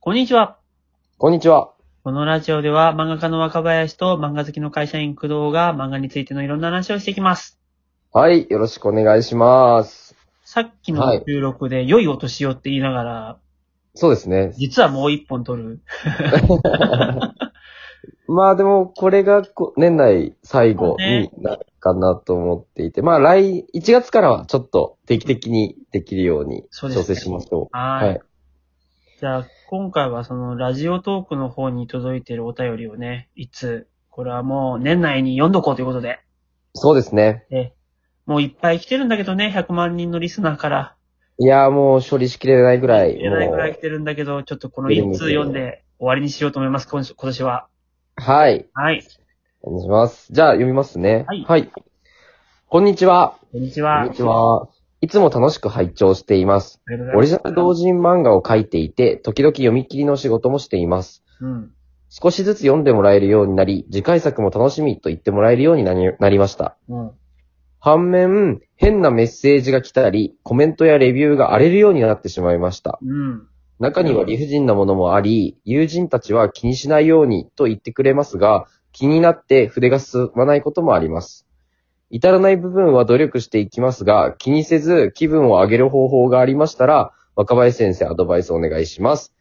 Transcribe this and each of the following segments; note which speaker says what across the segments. Speaker 1: こんにちは。
Speaker 2: こんにちは。
Speaker 1: このラジオでは漫画家の若林と漫画好きの会社員工藤が漫画についてのいろんな話をしていきます。
Speaker 2: はい、よろしくお願いします。
Speaker 1: さっき
Speaker 2: は
Speaker 1: の
Speaker 2: い
Speaker 1: 収録で良いお年をって言いながら、
Speaker 2: そうですね。
Speaker 1: 実はもう一本撮る。
Speaker 2: まあでも、これがこ年内最後になるかなと思っていて、まあ来、1月からはちょっと定期的にできるように
Speaker 1: そう
Speaker 2: 調
Speaker 1: ですね
Speaker 2: 整しましょう。
Speaker 1: は。
Speaker 2: はいい。
Speaker 1: じゃあ、今回はそのラジオトークの方に届いているお便りをね、いつ、これはもう年内に読んどこうということで。
Speaker 2: そうですね。
Speaker 1: えもういっぱい来てるんだけどね、100万人のリスナーから。
Speaker 2: いやーもう処理しきれないぐらい。
Speaker 1: えらいぐらい
Speaker 2: も
Speaker 1: 来てるんだけど、ちょっとこの一通読んで終わりにしようと思います、今週今年は。
Speaker 2: うはい。
Speaker 1: はい。
Speaker 2: お願いします。じゃあ読みますね。
Speaker 1: はい
Speaker 2: こんにちは。
Speaker 1: こんにち
Speaker 2: こ
Speaker 1: は。
Speaker 2: んにちは。いつも楽しく拝聴しています。
Speaker 1: ありがとう
Speaker 2: オ
Speaker 1: ご
Speaker 2: リ
Speaker 1: ざ
Speaker 2: ジ
Speaker 1: い
Speaker 2: ナ
Speaker 1: ます。
Speaker 2: ル同人漫画を書いていて、時々読み切りの仕事もしています。
Speaker 1: うん。
Speaker 2: 少しずつ読んでもらえるようになり、次回作も楽しみと言ってもらえるようになりなりました。
Speaker 1: うん。
Speaker 2: 反面、変なメッセージが来たり、コメントやレビューが荒れるようになってしまいました。
Speaker 1: うん。
Speaker 2: 中には理不尽なものもあり、友人たちは気にしないようにと言ってくれますが、気になって筆が進まないこともあります。至らない部分は努力していきますが、気にせず気分を上げる方法がありましたら、若林先生アドバイスお願いします。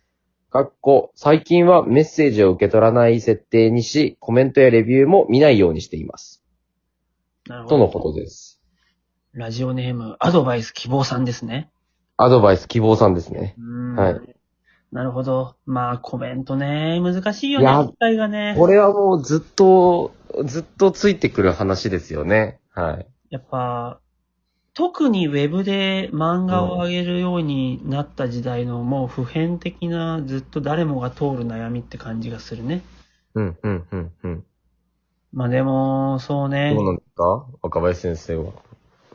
Speaker 2: かっこ、最近はメッセージを受け取らない設定にし、コメントやレビューも見ないようにしています。
Speaker 1: なるほ
Speaker 2: と
Speaker 1: ど。
Speaker 2: のことです。
Speaker 1: ラジオネーム、アドバイス希望さんですね。
Speaker 2: アドバイス希望さんですね。
Speaker 1: うん。
Speaker 2: はい。
Speaker 1: なるほど。まあ、コメントね、難しいよ
Speaker 2: いや
Speaker 1: ね、機会がね。
Speaker 2: これはもうずっと、ずっとついてくる話ですよね。はい。
Speaker 1: やっぱ、特にウェブで漫画を上げるようになった時代のもう普遍的なずっと誰もが通る悩みって感じがするね。
Speaker 2: うん、うん、うん、うん。
Speaker 1: まあでも、そうね。
Speaker 2: どうなんですか若林先生は。
Speaker 1: い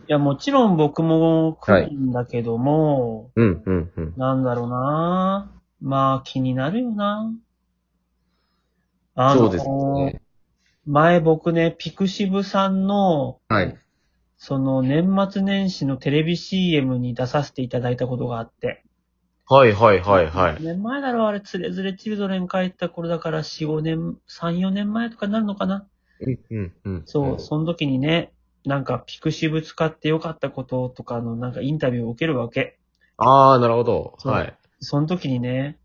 Speaker 1: や、もちろん僕も来るんだけども、
Speaker 2: うん、うん、うん。
Speaker 1: なんだろうなまあ気になるよなあの
Speaker 2: そうですね。
Speaker 1: 前僕ね、ピクシブさんの、
Speaker 2: はい。
Speaker 1: その年末年始のテレビ CM に出させていただいたことがあって。
Speaker 2: はい、はい、はい、は
Speaker 1: 何
Speaker 2: い。
Speaker 1: 年前だろうあれ、つれづれチルドレン帰った頃だから4、5年、3、4年前とかになるのかな
Speaker 2: うん、うん、うん。
Speaker 1: そう、その時にね、なんかピクシブ使ってよかったこととかのなんかインタビューを受けるわけ。
Speaker 2: ああ、なるほど。
Speaker 1: そう
Speaker 2: はい。
Speaker 1: その時にね、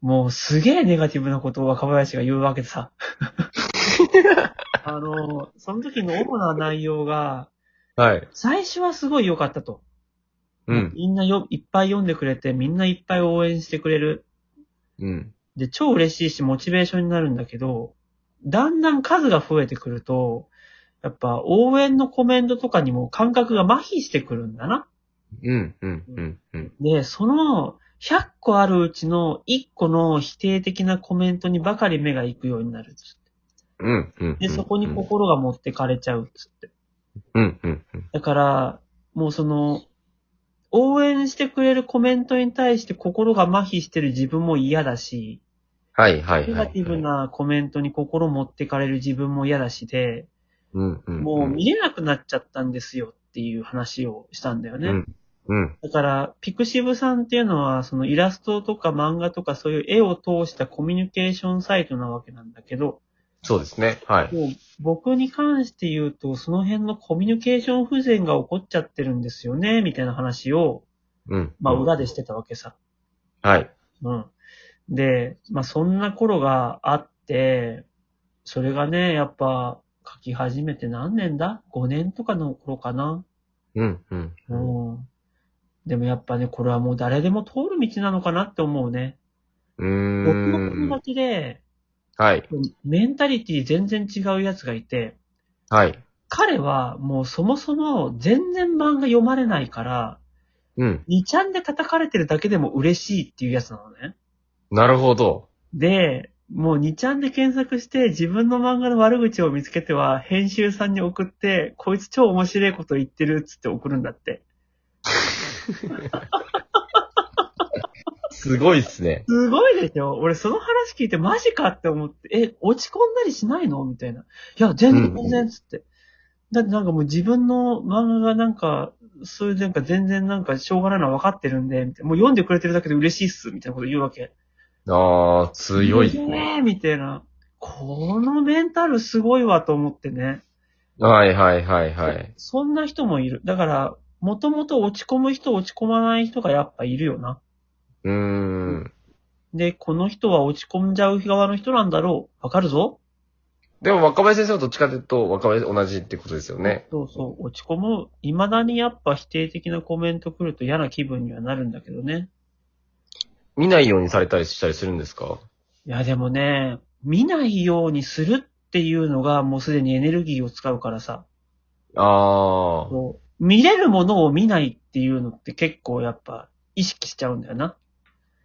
Speaker 1: もうすげえネガティブなことを若林が言うわけで さ。あの、その時の主な内容が、
Speaker 2: はい。
Speaker 1: 最初はすごい良かったと。
Speaker 2: うん、
Speaker 1: みんなよ、いっぱい読んでくれて、みんないっぱい応援してくれる。
Speaker 2: うん。
Speaker 1: で、超嬉しいし、モチベーションになるんだけど、だんだん数が増えてくると、やっぱ応援のコメントとかにも感覚が麻痺してくるんだな。
Speaker 2: うん、うん、うん、うん。
Speaker 1: で、その100個あるうちの1個の否定的なコメントにばかり目が行くようになるっつって。
Speaker 2: うん、うん。
Speaker 1: で、そこに心が持ってかれちゃうっつって。
Speaker 2: うん、うん、うん。
Speaker 1: だから、もうその、応援してくれるコメントに対して心が麻痺してる自分も嫌だし、
Speaker 2: はい、はい、はい。
Speaker 1: ネガティブ。なコメントに心持ってかれる自分も嫌だしで、
Speaker 2: うん、うん。
Speaker 1: もう見れなくなっちゃったんですよっていう話をしたんだよね。
Speaker 2: うんうん、
Speaker 1: だから、ピクシブさんっていうのは、そのイラストとか漫画とかそういう絵を通したコミュニケーションサイトなわけなんだけど、
Speaker 2: そうですね。はい。
Speaker 1: もう僕に関して言うと、その辺のコミュニケーション不全が起こっちゃってるんですよね、みたいな話を、
Speaker 2: うん。
Speaker 1: まあ
Speaker 2: うん
Speaker 1: 裏でしてたわけさ。
Speaker 2: はい。
Speaker 1: うん。で、まあそんな頃があって、それがね、やっぱ書き始めて何年だ ?5 年とかの頃かな。
Speaker 2: うん、うん。
Speaker 1: うん。でもやっぱね、これはもう誰でも通る道なのかなって思うね。
Speaker 2: う
Speaker 1: 僕
Speaker 2: ー
Speaker 1: の友
Speaker 2: ん。
Speaker 1: 達で、
Speaker 2: はい。
Speaker 1: メンタリティ全然違うやつがいて、
Speaker 2: はい。
Speaker 1: 彼はもうそもそも全然漫画読まれないから、
Speaker 2: うん。
Speaker 1: 2ちゃんで叩かれてるだけでも嬉しいっていうやつなのね。
Speaker 2: なるほど。
Speaker 1: で、もう2ちゃんで検索して自分の漫画の悪口を見つけては編集さんに送って、こいつ超面白いこと言ってるっつって送るんだって。
Speaker 2: すごいっすね。
Speaker 1: すごいでしょ俺その話聞いてマジかって思って、え、落ち込んだりしないのみたいな。いや、全
Speaker 2: う
Speaker 1: 然
Speaker 2: ん
Speaker 1: 全然っつって。だってなんかもう自分の漫画がなんか、そういうなんか全然なんかしょうがないのは分かってるんで、みたいなもう読んでくれてるだけで嬉しいっす、みたいなこと言うわけ。
Speaker 2: ああ、強いですね。
Speaker 1: えーみたいな。このメンタルすごいわと思ってね。
Speaker 2: はいはいはいはい。
Speaker 1: そんな人もいる。だから、もともと落ち込む人、落ち込まない人がやっぱいるよな。
Speaker 2: うーん。
Speaker 1: で、この人は落ち込んじゃう側の人なんだろう。わかるぞ。
Speaker 2: でも若林先生はどっちかというと、若林同じってことですよね。
Speaker 1: そうそう、落ち込む。未だにやっぱ否定的なコメント来ると嫌な気分にはなるんだけどね。
Speaker 2: 見ないようにされたりしたりするんですか
Speaker 1: いや、でもね、見ないようにするっていうのがもうすでにエネルギーを使うからさ。
Speaker 2: ああ。
Speaker 1: こう見れるものを見ないっていうのって結構やっぱ意識しちゃうんだよな。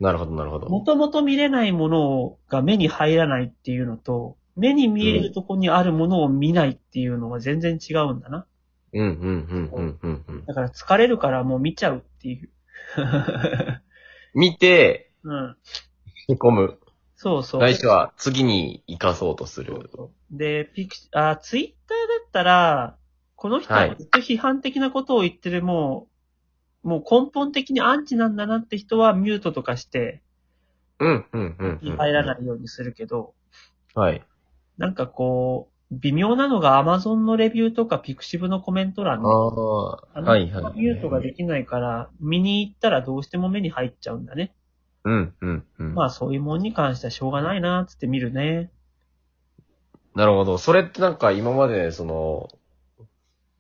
Speaker 2: なるほどなるほ
Speaker 1: も
Speaker 2: ど。
Speaker 1: ともと見れないものが目に入らないっていうのと、目に見えるとこにあるものを見ないっていうのは全然違うんだな。
Speaker 2: うんうんうんうんうんうん。
Speaker 1: だから疲れるからもう見ちゃうっていう。
Speaker 2: 見て、
Speaker 1: うん。
Speaker 2: へこむ。
Speaker 1: そうそう。
Speaker 2: ないしは次に生かそうとす
Speaker 1: そう
Speaker 2: る。
Speaker 1: そうで、ピクシあ、ツイッターだったら、この人
Speaker 2: は
Speaker 1: はいずっと批判的なことを言ってる、もう、もう根本的にアンチなんだなって人はミュートとかして、
Speaker 2: うんうんうんうん。
Speaker 1: 入らないようにするけど、
Speaker 2: はい。
Speaker 1: なんかこう、微妙なのが Amazon のレビューとか Pixiv のコメント欄
Speaker 2: あ
Speaker 1: ね。
Speaker 2: あ、は
Speaker 1: あ
Speaker 2: い
Speaker 1: の
Speaker 2: はいはい。
Speaker 1: ミュートができないから、見に行ったらどうしても目に入っちゃうんだね。
Speaker 2: うんうんうん。
Speaker 1: まあそういうもんに関してはしょうがないなーっつって見るね。
Speaker 2: なるほど。それってなんか今まで、その、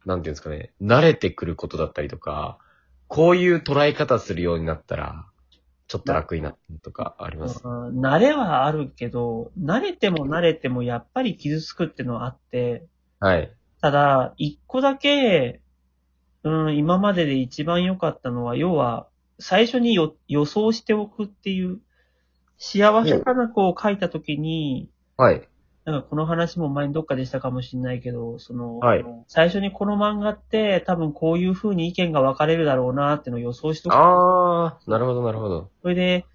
Speaker 2: なんていうんですかね、慣れてくることだったりとか、こういう捉え方するようになったら、ちょっと楽になったとかあります。
Speaker 1: うん慣れはあるけど、慣れても慣れてもやっぱり傷つくってのはあって、
Speaker 2: はい。
Speaker 1: ただ、一個だけ、うん、今までで一番良かったのは、要は、最初によ予想しておくっていう、幸せかな子を書いたときに、
Speaker 2: はい。
Speaker 1: なんかこの話も前にどっかでしたかもしれないけど、その、
Speaker 2: はい
Speaker 1: 最初にこの漫画って多分こういう風に意見が分かれるだろうなっていうのを予想しとく。
Speaker 2: あー、なるほど、なるほど。
Speaker 1: それで、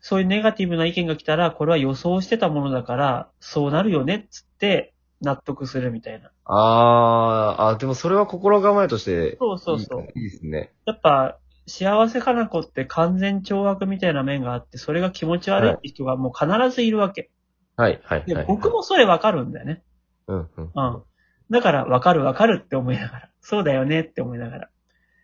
Speaker 1: そういうネガティブな意見が来たら、これは予想してたものだから、そうなるよねっつって納得するみたいな。
Speaker 2: あー、あ、でもそれは心構えとして、
Speaker 1: そうそうそう。
Speaker 2: いいいいですね。
Speaker 1: やっぱ、幸せかな子って完全懲悪みたいな面があって、それが気持ち悪いって人がもう必ずいるわけ。
Speaker 2: はい、はい、は
Speaker 1: で
Speaker 2: い。
Speaker 1: 僕もそれ分かるんだよね。
Speaker 2: うん、うん。
Speaker 1: うん。だから、分かる分かるって思いながら。そうだよねって思いながら。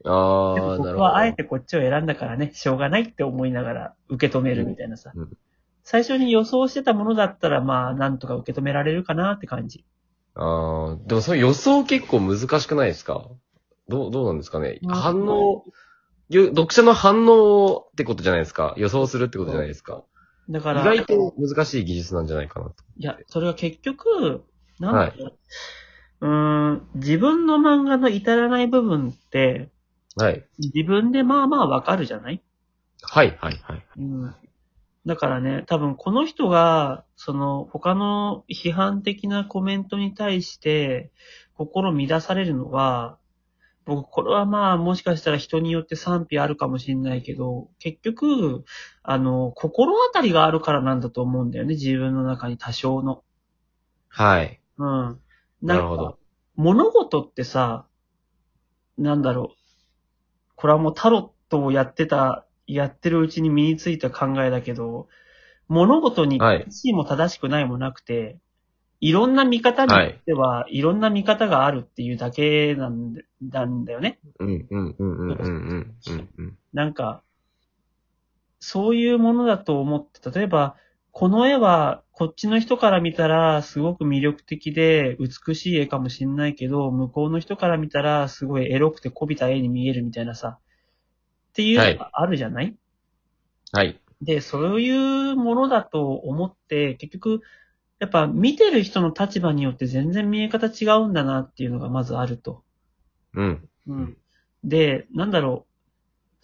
Speaker 2: あ
Speaker 1: でも
Speaker 2: ー、なる
Speaker 1: 僕
Speaker 2: ほど。
Speaker 1: はあえてこっちを選んだからね、しょうがないって思いながら受け止めるみたいなさ。
Speaker 2: うんうん
Speaker 1: 最初に予想してたものだったら、まあ、なんとか受け止められるかなって感じ。
Speaker 2: あー、でもその予想結構難しくないですかどう、どうなんですかね
Speaker 1: うん
Speaker 2: 反応、よ読者の反応をってことじゃないですか予想するってことじゃないですか
Speaker 1: だ
Speaker 2: 意
Speaker 1: から、
Speaker 2: 外と難しい技術なんじゃないかなと。
Speaker 1: いや、それは結局、なんだろう、うーん、自分の漫画の至らない部分って、
Speaker 2: はい。
Speaker 1: 自分でまあまあわかるじゃない
Speaker 2: はい、はい、はい。
Speaker 1: うん。だからね、多分この人が、その、他の批判的なコメントに対して、心乱されるのは、僕、これはまあ、もしかしたら人によって賛否あるかもしれないけど、結局、あの、心当たりがあるからなんだと思うんだよね、自分の中に多少の。
Speaker 2: はい。
Speaker 1: うん。
Speaker 2: な
Speaker 1: なんか
Speaker 2: るほど。
Speaker 1: 物事ってさ、なんだろう。これはもうタロットをやってた、やってるうちに身についた考えだけど、物事に
Speaker 2: はい
Speaker 1: 正しいも正しくないもなくて、い、ろんな見方によっては、い、ろんな見方があるっていうだけなんでなんだよね。
Speaker 2: うん、うん、うん、うん、うん、うん、うんうん。
Speaker 1: なんか、そういうものだと思って、例えば、この絵は、こっちの人から見たら、すごく魅力的で、美しい絵かもしんないけど、向こうの人から見たら、すごいエロくてこびた絵に見えるみたいなさ、っていうのがあるじゃない、
Speaker 2: はい。
Speaker 1: で、そういうものだと思って、結局、やっぱ見てる人の立場によって全然見え方違うんだなっていうのがまずあると。
Speaker 2: うん。
Speaker 1: うん。で、なんだろう。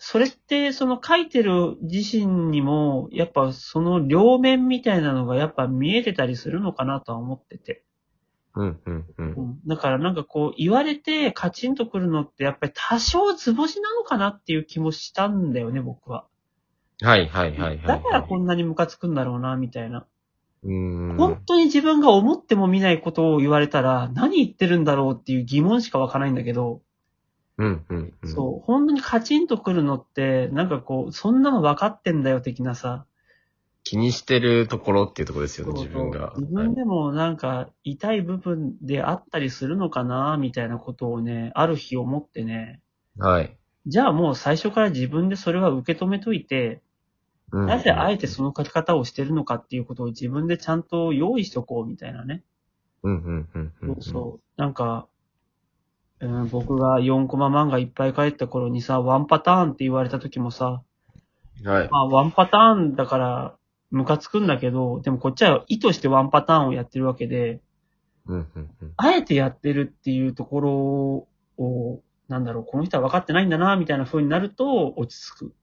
Speaker 1: それって、その書いてる自身にも、やっぱその両面みたいなのがやっぱ見えてたりするのかなとは思ってて。
Speaker 2: うん、うん、うん。
Speaker 1: だからなんかこう言われてカチンとくるのってやっぱり多少図星なのかなっていう気もしたんだよね、僕は。
Speaker 2: はい、はい、はい、はい。
Speaker 1: だからこんなにムカつくんだろうな、みたいな。
Speaker 2: うーん。
Speaker 1: 本当に自分が思っても見ないことを言われたら何言ってるんだろうっていう疑問しか湧かないんだけど。
Speaker 2: うん、うん、うん。
Speaker 1: そう、本当にカチンとくるのって、なんかこう、そんなの分かってんだよ的なさ、
Speaker 2: 気にしてるところっていうところですよね、
Speaker 1: そう
Speaker 2: 自分が。
Speaker 1: 自
Speaker 2: はい
Speaker 1: 分でもなんか痛い部分であったりするのかな、みたいなことをね、ある日思ってね、
Speaker 2: はい。
Speaker 1: じゃあもう最初から自分でそれは受け止めといて、
Speaker 2: うん
Speaker 1: なぜあえてその書き方をしてるのかっていうことを自分でちゃんと用意しとこうみたいなね。
Speaker 2: うんうんうんう
Speaker 1: そう
Speaker 2: んうん。
Speaker 1: そう。なんか、うん、僕が4コマ漫画いっぱい書いた頃にさ、ワンパターンって言われた時もさ、
Speaker 2: はい。
Speaker 1: まあワンパターンだからムカつくんだけど、でもこっちは意図してワンパターンをやってるわけで、
Speaker 2: うんうんうん。
Speaker 1: あえてやってるっていうところを、なんだろう、この人は分かってないんだな、みたいな風になると落ち着く。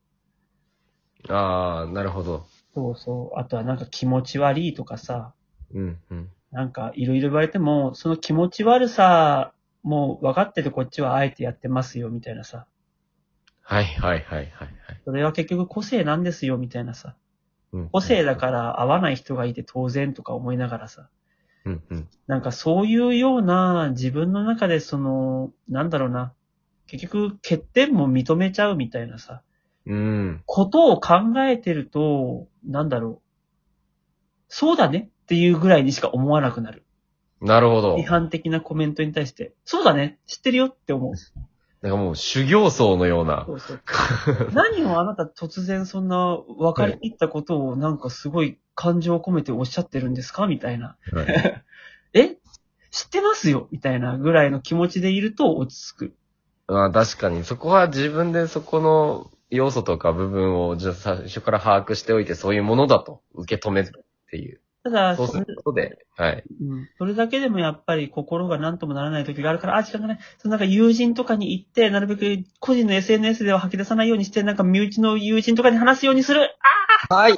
Speaker 2: ああ、なるほど。
Speaker 1: そうそう。あとはなんか気持ち悪いとかさ、
Speaker 2: うんうん。
Speaker 1: なんかいろいろ言われても、その気持ち悪さも分かっててこっちはあえてやってますよ、みたいなさ。
Speaker 2: はいはいはいはいはい。
Speaker 1: それは結局個性なんですよ、みたいなさ。
Speaker 2: うん
Speaker 1: 個性だから合わない人がいて当然とか思いながらさ。
Speaker 2: うんうん。
Speaker 1: なんかそういうような自分の中でその、なんだろうな。結局欠点も認めちゃうみたいなさ。
Speaker 2: うん。
Speaker 1: ことを考えてると、なんだろう。そうだねっていうぐらいにしか思わなくなる。
Speaker 2: なるほど。
Speaker 1: 批判的なコメントに対して。そうだね知ってるよって思う。
Speaker 2: なんかもう修行僧のような
Speaker 1: そ。うそう。何をあなた突然そんな分かりきったことをなんかすごい感情を込めておっしゃってるんですかみたいな。
Speaker 2: はい
Speaker 1: え知ってますよみたいなぐらいの気持ちでいると落ち着く。
Speaker 2: まあ確かに、そこは自分でそこの要素とか部分を、じゃあ最初から把握しておいて、そういうものだと受け止めるっていう。
Speaker 1: ただ、
Speaker 2: そうすることで、はい。
Speaker 1: うんそれだけでもやっぱり心が何ともならない時があるから、あ、時間がない。そのなんか友人とかに行って、なるべく個人の SNS では吐き出さないようにして、なんか身内の友人とかに話すようにする。
Speaker 2: はい。